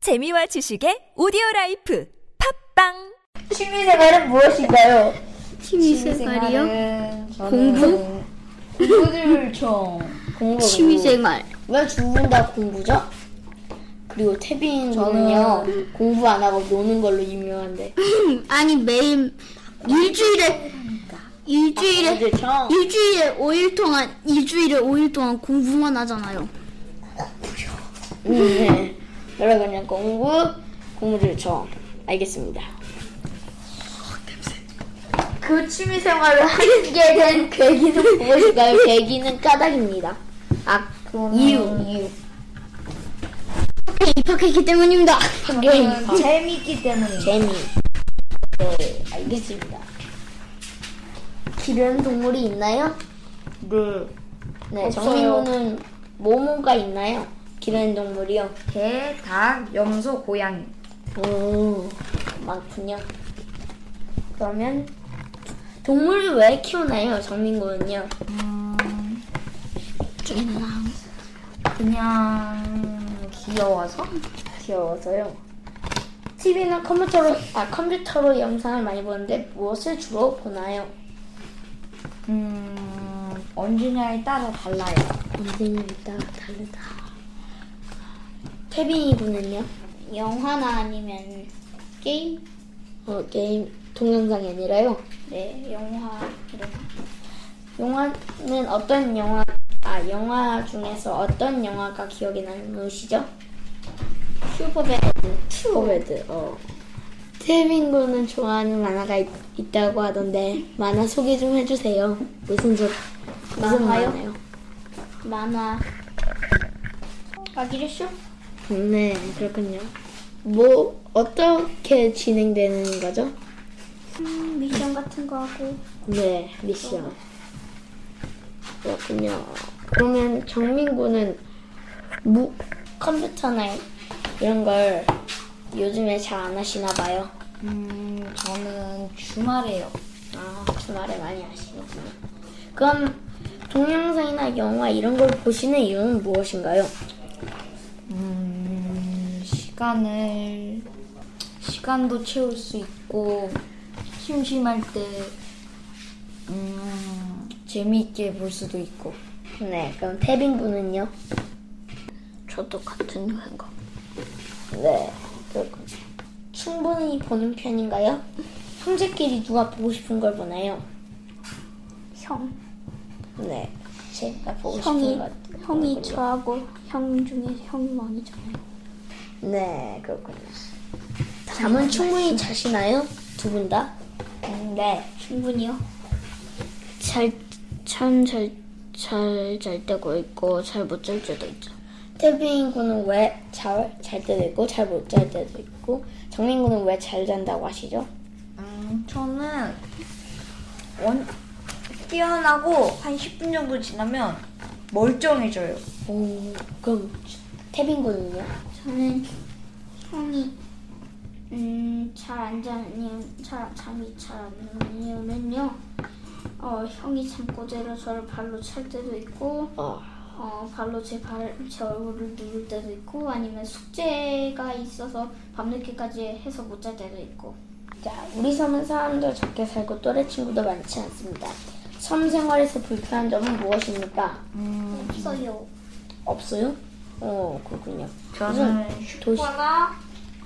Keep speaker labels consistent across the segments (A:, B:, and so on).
A: 재미와 지식의 오디오 라이프 팝빵
B: 취미생활은 무엇인가요?
C: 취미생활이요? 공부?
B: 공부를 쳐. 공부.
C: 취미생활.
B: 왜두분다 공부죠? 그리고 태빈은요 공부 안 하고 노는 걸로 유명한데.
C: 아니 매일 일주일에 일주일에
B: 그렇죠.
C: 일주일에 5일 동안 일주일에 5일 동안 공부만 하잖아요.
B: 네. 여러분 그냥 공부 공부를 쳐. 알겠습니다. 그 취미생활을 하게 된 계기는 무엇일까요? 계기는 까닭입니다. 아, 이유, 이유.
C: 이렇게 입학했기 때문입니다.
B: 재미있기 때문에. 재미. 네, 알겠습니다. 기르는 동물이 있나요? 네. 네, 정민호는 뭐뭐가 있나요? 기르는 동물이요.
D: 개, 닭, 염소, 고양이.
B: 오, 많군요. 그러면 동물을 왜 키우나요, 정민호는요?
D: 그냥 귀여워서?
B: 귀여워서요. TV나 컴퓨터로 아 컴퓨터로 영상을 많이 보는데 무엇을 주로 보나요?
D: 음, 언제냐에 따라 달라요.
B: 언제냐에 따라 다르다. 태빈이 군은요?
C: 영화나 아니면 게임?
B: 어, 게임 동영상이 아니라요.
C: 네, 영화.
B: 영화는 어떤 영화? 아 영화 중에서 어떤 영화가 기억에 남으시죠?
C: 슈퍼배드.
B: 슈퍼배드. 어. 태빈 군은 좋아하는 만화가 있, 있다고 하던데 만화 소개 좀 해주세요. 무슨 저 무슨
C: 만화요?
B: 만화요?
C: 만화. 아기를 쇼?
B: 네, 그렇군요. 뭐 어떻게 진행되는 거죠?
C: 음, 미션 같은 거 하고.
B: 네, 미션. 그렇군요. 그러면 정민구는 무 컴퓨터나 이런 걸 요즘에 잘 안 하시나 봐요.
D: 음, 저는 주말에요.
B: 아, 주말에 많이 하시는군요. 그럼 동영상이나 영화 이런 걸 보시는 이유는 무엇인가요?
D: 음, 시간을, 시간도 채울 수 있고, 심심할 때, 음, 재미있게 볼 수도 있고.
B: 네, 그럼 태빈군은요?
C: 저도 같은 거.
B: 네, 그렇군요. 충분히 보는 편인가요? 형제끼리 누가 보고 싶은 걸 보나요?
C: 형.
B: 네, 제가 보고
C: 형이
B: 싶은 것.
C: 형이 저하고 형 중에 형이 왕이잖아요.
B: 네, 그렇군요. 잠은 충분히 자시나요? 두 분 다? 네.
C: 충분히요. 잘참잘잘잘
B: 뭐
C: 때고 있고 잘 못 잘 때도 있죠.
B: 태빈 군은 왜 잘 잘 때도 있고 잘 못 잘 때도 있고 정민 군은 왜 잘 잔다고 하시죠?
D: 음, 저는 원, 뛰어나고 한 10분 정도 지나면 멀쩡해져요.
B: 오, 음, 그럼 태빈 군은요?
C: 저는 형이 음잘안 자는 잘 잠이 잘 안 오는 이유는요. 어 형이 잠꼬대로 저를 발로 찰 때도 있고
B: 어,
C: 어 발로 제 발 제 얼굴을 누를 때도 있고 아니면 숙제가 있어서 밤늦게까지 해서 못 잘 때도 있고
B: 자, 우리 섬은 사람도 적게 살고 또래 친구도 많지 않습니다. 섬 생활에서 불편한 점은 무엇입니까?
C: 네, 없어요.
B: 없어요? 어, 그렇군요.
D: 저는
B: 도시,
C: 하나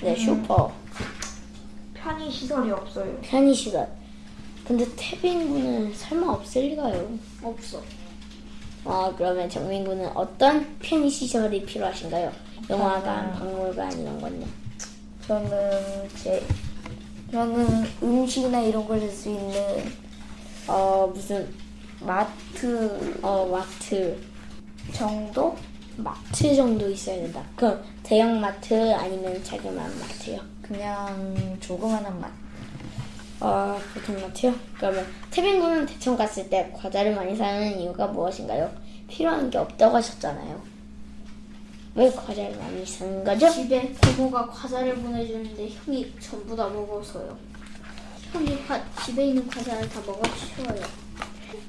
B: 네, 슈퍼.
C: 음. 편의 시설이 없어요.
B: 편의시설. 근데 태빈군은 설마 없을 리가요.
C: 없어.
B: 아 그러면 정민군은 어떤 편의시설이 필요하신가요? 영화관, 박물관 이런 건요.
D: 저는 제 저는 음식이나 이런 걸 할 수 있는
B: 어 무슨
D: 마트
B: 어 마트
D: 정도?
B: 마트 정도 있어야 된다. 그럼 대형 마트 아니면 자그마한 마트요.
D: 그냥 조그만한 맛.
B: 어 보통 마트요? 그러면 태빈군은 대충 갔을 때 과자를 많이 사는 이유가 무엇인가요? 필요한 게 없다고 하셨잖아요. 왜 과자를 많이 사는 거죠?
C: 집에 고모가 과자를 보내주는데 형이 전부 다 먹어서요. 형이 과, 집에 있는 과자를 다 먹어치워요.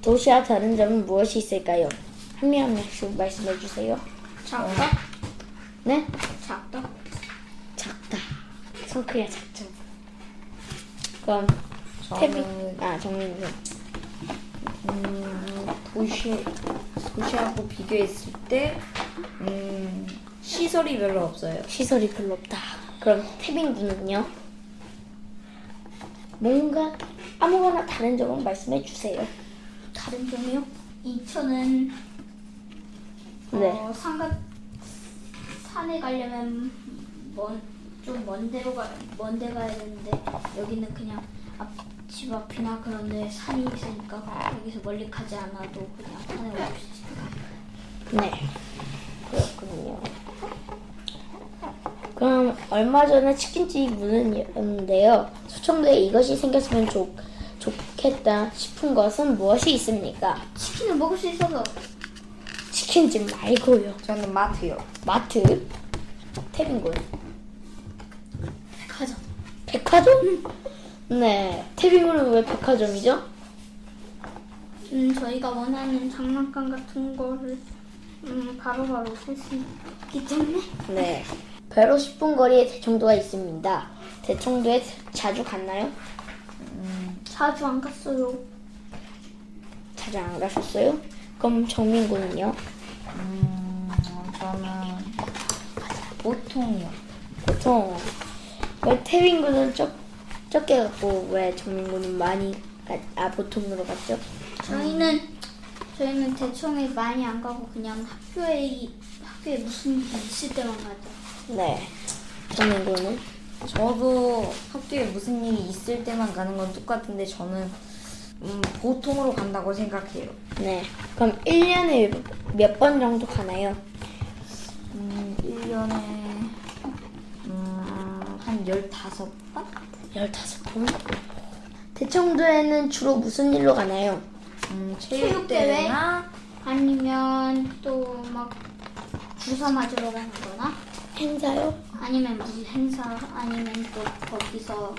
B: 도시와 다른 점은 무엇이 있을까요? 한 명 한 명씩 말씀해 주세요.
C: 작다?
B: 네?
C: 작다?
B: 자, 손 크기가 작죠. 그럼
D: 저는
B: 태빈 아 정민이
D: 음, 도시 도시하고 비교했을 때 음, 시설이 별로 없어요.
B: 시설이 별로 없다. 그럼 태빈 군은요? 뭔가 아무거나 다른 점은 말씀해 주세요.
C: 다른 점이요? 인천은
B: 네.
C: 어, 산간 산에 가려면 먼좀먼 데로 가먼데 가야 되는데 여기는 그냥 앞, 집 앞이나 그런데 산이 있으니까 거기서 멀리 가지 않아도 그냥 산에 올 수 있어요.
B: 네. 그렇군요. 그럼 얼마 전에 치킨집 문을 열었는데요. 수청도에 이것이 생겼으면 좋, 좋겠다 싶은 것은 무엇이 있습니까?
C: 치킨을 먹을 수 있어서
B: 치킨집 말고요.
D: 저는 마트요.
B: 마트, 태빈군,
C: 백화점
B: 백화점? 네. 태빈군은 왜 백화점이죠?
C: 음, 저희가 원하는 장난감 같은 거를 음, 바로바로 살 수 있기 때문에
B: 네. 배로 10분 거리에 대청도가 있습니다. 대청도에 자주 갔나요?
C: 자주 안 갔어요.
B: 자주 안 가셨어요? 그럼 정민군은요?
D: 음, 저는 보통이요.
B: 보통 왜 태민군은 적, 적게 갔고 왜 정민군은 많이 갔, 아 보통으로 갔죠?
C: 저희는 저희는 대청에 많이 안 가고 그냥 학교에 이- 학교에 무슨 일 있을 때만 가죠.
B: 네. 정민군은
D: 저도 학교에 무슨 일이 있을 때만 가는 건 똑같은데 저는 음, 보통으로 간다고 생각해요.
B: 네. 그럼 1년에 몇 번 정도 가나요?
D: 음, 1년에 음, 한 15번?
B: 15번? 대청도에는 주로 무슨 일로 가나요?
D: 음,
C: 체육대회?
D: 체육대회나
C: 아니면 또 막 주사 맞으러 가거나
B: 행사요?
C: 아니면 무슨 행사 아니면 또 거기서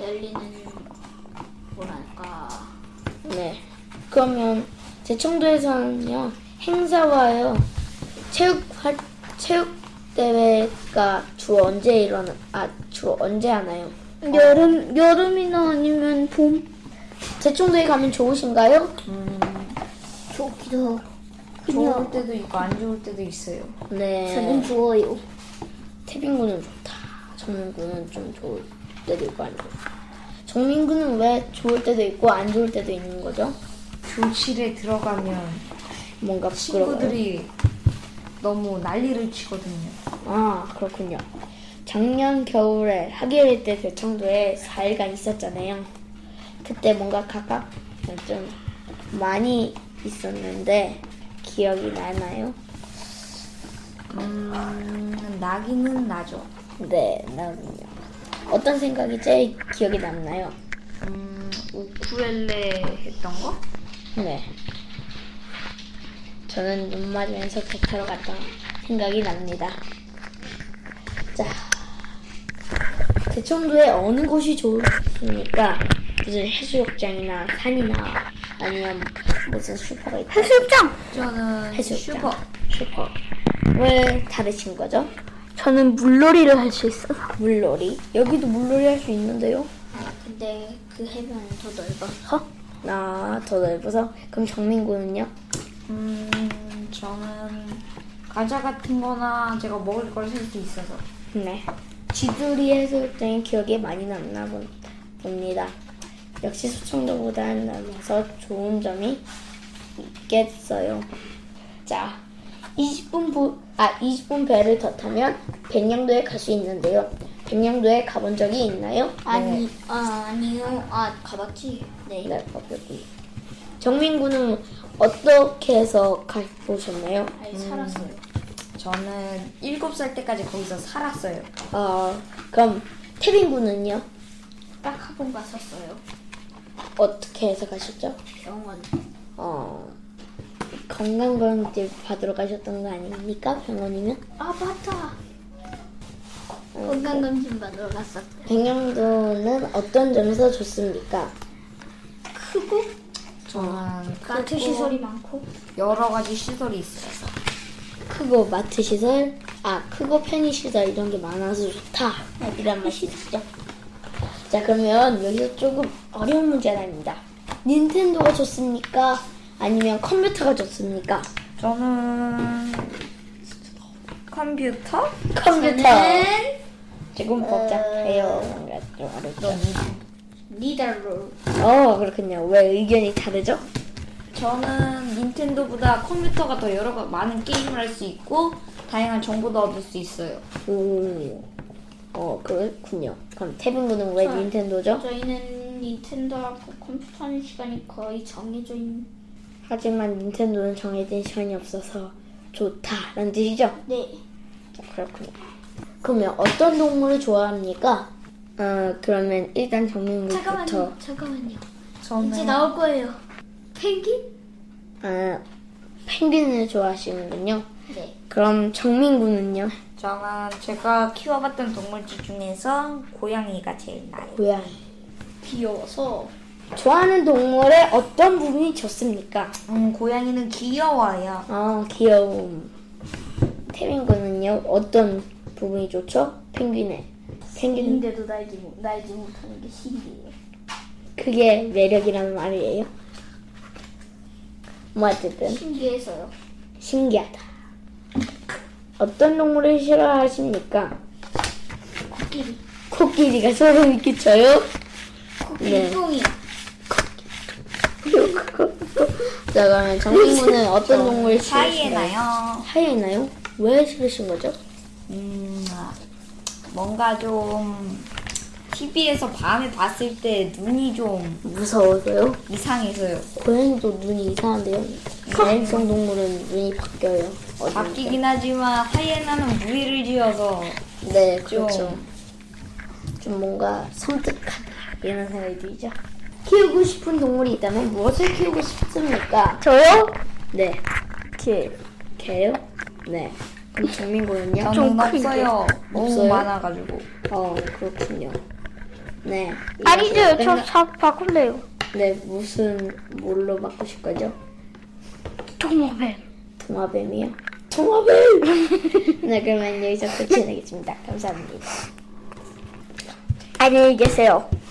C: 열리는 뭐랄까
B: 네. 그러면 제청도에서는요 행사와요 체육 활 체육 대회가 주로 언제 일어나 아 주로 언제 하나요?
C: 여름 여름이나 아니면 봄
B: 제청도에 가면 좋으신가요?
D: 음,
B: 좋기도.
D: 좋을 때도 있고 안 좋을 때도 있어요.
B: 네. 저는 좋아요. 태빈군은 좋다. 정민군은 좀 좋을 때도 있고 안 좋을. 정민군은 왜 좋을 때도 있고 안 좋을 때도 있는 거죠?
D: 교실에 들어가면
B: 뭔가 부끄러워요.
D: 친구들이 너무 난리를 치거든요.
B: 아, 그렇군요. 작년 겨울에 학예회 때 대청도에 4일간 있었잖아요. 그때 뭔가 각각 좀 많이 있었는데 기억이 나나요?
D: 음, 나기는 나죠.
B: 네, 나군요. 어떤 생각이 제일 기억에 남나요?
D: 음, 우쿨렐레 했던 거?
B: 네. 저는 눈 맞으면서 배 타러 갔던 생각이 납니다. 자, 대청도에 어느 곳이 좋습니까? 무슨 해수욕장이나 산이나 아니면 무슨 슈퍼가 있다. 해수욕장!
D: 저는
B: 해수욕장.
D: 슈퍼.
B: 슈퍼. 왜 다르신 거죠?
C: 저는 물놀이를 할 수 있어서
B: 물놀이. 여기도 물놀이 할 수 있는데요.
C: 근데 그 해변은 더 넓어서
B: 아, 더 넓어서. 그럼 정민군은요?
D: 음, 저는 과자 같은 거나 제가 먹을 걸 살 수 있어서.
B: 네. 지들이 해수욕장이 기억에 많이 남나 본- 봅니다. 역시 수청도보다 남아서 좋은 점이 있겠어요. 자, 20분 보, 아, 20분 배를 더 타면 백령도에 갈 수 있는데요. 백령도에 가본 적이 있나요?
C: 아니 아 아니요 아 가봤지 네
B: 네, 없었군요. 정민군은 어떻게 해서 가보셨나요?
C: 아니 살았어요.
D: 저는 7살 때까지 거기서 살았어요.
B: 어, 그럼 태빈군은요?
C: 딱 한 번 갔었어요.
B: 어떻게 해서 가셨죠?
C: 병원.
B: 어, 건강검진 받으러 가셨던 거 아닙니까? 병원이면?
C: 아 맞다. 어, 건강검진 받으러 갔었어요.
B: 백령도는 어떤 점에서 좋습니까?
C: 크고
D: 저는 그
C: 같은 그 시설이 많고
D: 여러 가지 시설이 있어서.
C: 그
B: 크고 마트 시설, 아 크고 편의 시설 이런 게 많아서 좋다
C: 네,
B: 이란 말이죠. 자 그러면 여기서 조금 어려운 문제 하나입니다. 닌텐도가 좋습니까? 아니면 컴퓨터가 좋습니까?
D: 저는 컴퓨터?
B: 컴퓨터
C: 저는
B: 조금 복잡해요. 뭔가 좀 어렵죠.
C: 니달로
B: 어 그렇군요. 왜 의견이 다르죠?
D: 저는 닌텐도보다 컴퓨터가 더 여러 가- 많은 게임을 할 수 있고 다양한 정보도 얻을 수 있어요.
B: 음, 어 그렇군요. 그럼 태빈군은 왜
C: 저-
B: 닌텐도죠?
C: 저희는 닌텐도하고 컴퓨터 하는 시간이 거의 정해져 있는
B: 하지만 닌텐도는 정해진 시간이 없어서 좋다라는 뜻이죠?
C: 네
B: 그렇군요. 그러면 어떤 동물을 좋아합니까? 어, 그러면 일단
C: 음,
B: 정민군부터.
C: 잠깐만요 잠깐만요
D: 저는
C: 이제 나올 거예요 펭귄?
B: 아, 펭귄을 좋아하시는군요.
C: 네
B: 그럼 정민군은요?
D: 저는 제가 키워봤던 동물들 중에서 고양이가 제일 나아요.
B: 고양이.
C: 귀여워서
B: 좋아하는 동물의 어떤 부분이 좋습니까?
D: 음, 고양이는 귀여워요.
B: 아, 귀여움. 태민군은요? 어떤 부분이 좋죠? 펭귄의.
C: 음.
B: 펭귄,
C: 인데도 날지 못- 날지 못하는 게 신기해요
B: 그게 매력이란 말이에요. 뭐 어쨌든.
C: 신기해서요
B: 신기하다. 어떤 동물을 싫어하십니까?
C: 코끼리
B: 코끼리가 소름이 끼쳐요. 네.
C: 코끼리 똥이
B: 자 그러면 정민군은 어떤 동물 싫으신가요?
D: 하이에나요.
B: 하이에나요? 왜 싫으신 거죠?
D: 음, 아, 뭔가 좀 TV에서 밤에 봤을 때 눈이 좀
B: 무서워서요.
D: 이상해서요.
B: 고양이도 눈이 이상한데요. 야행성 동물은 눈이 바뀌어요. 어디
D: 바뀌긴 하지만 하이에나는 무리를 지어서
B: 네 그렇죠. 좀 뭔가 섬뜩하다 이런 생각이 들죠. 키우고 싶은 동물이 있다면 무엇을 키우고 싶습니까? 저요? 네. 개. 개요? 네. 그럼 정민군은요?
D: 저는 없어요. 너무
B: 없어요?
D: 많아가지고.
B: 어 그렇군요. 네.
C: 아니죠
B: 맨날-
C: 저저 바꿀래요
B: 네 무슨 뭘로 바꾸실 거죠?
C: 동호뱀
B: 도마뱀이요? 도마뱀! 네 그러면 여기서 끝이 나겠습니다. 감사합니다. 안녕히 계세요.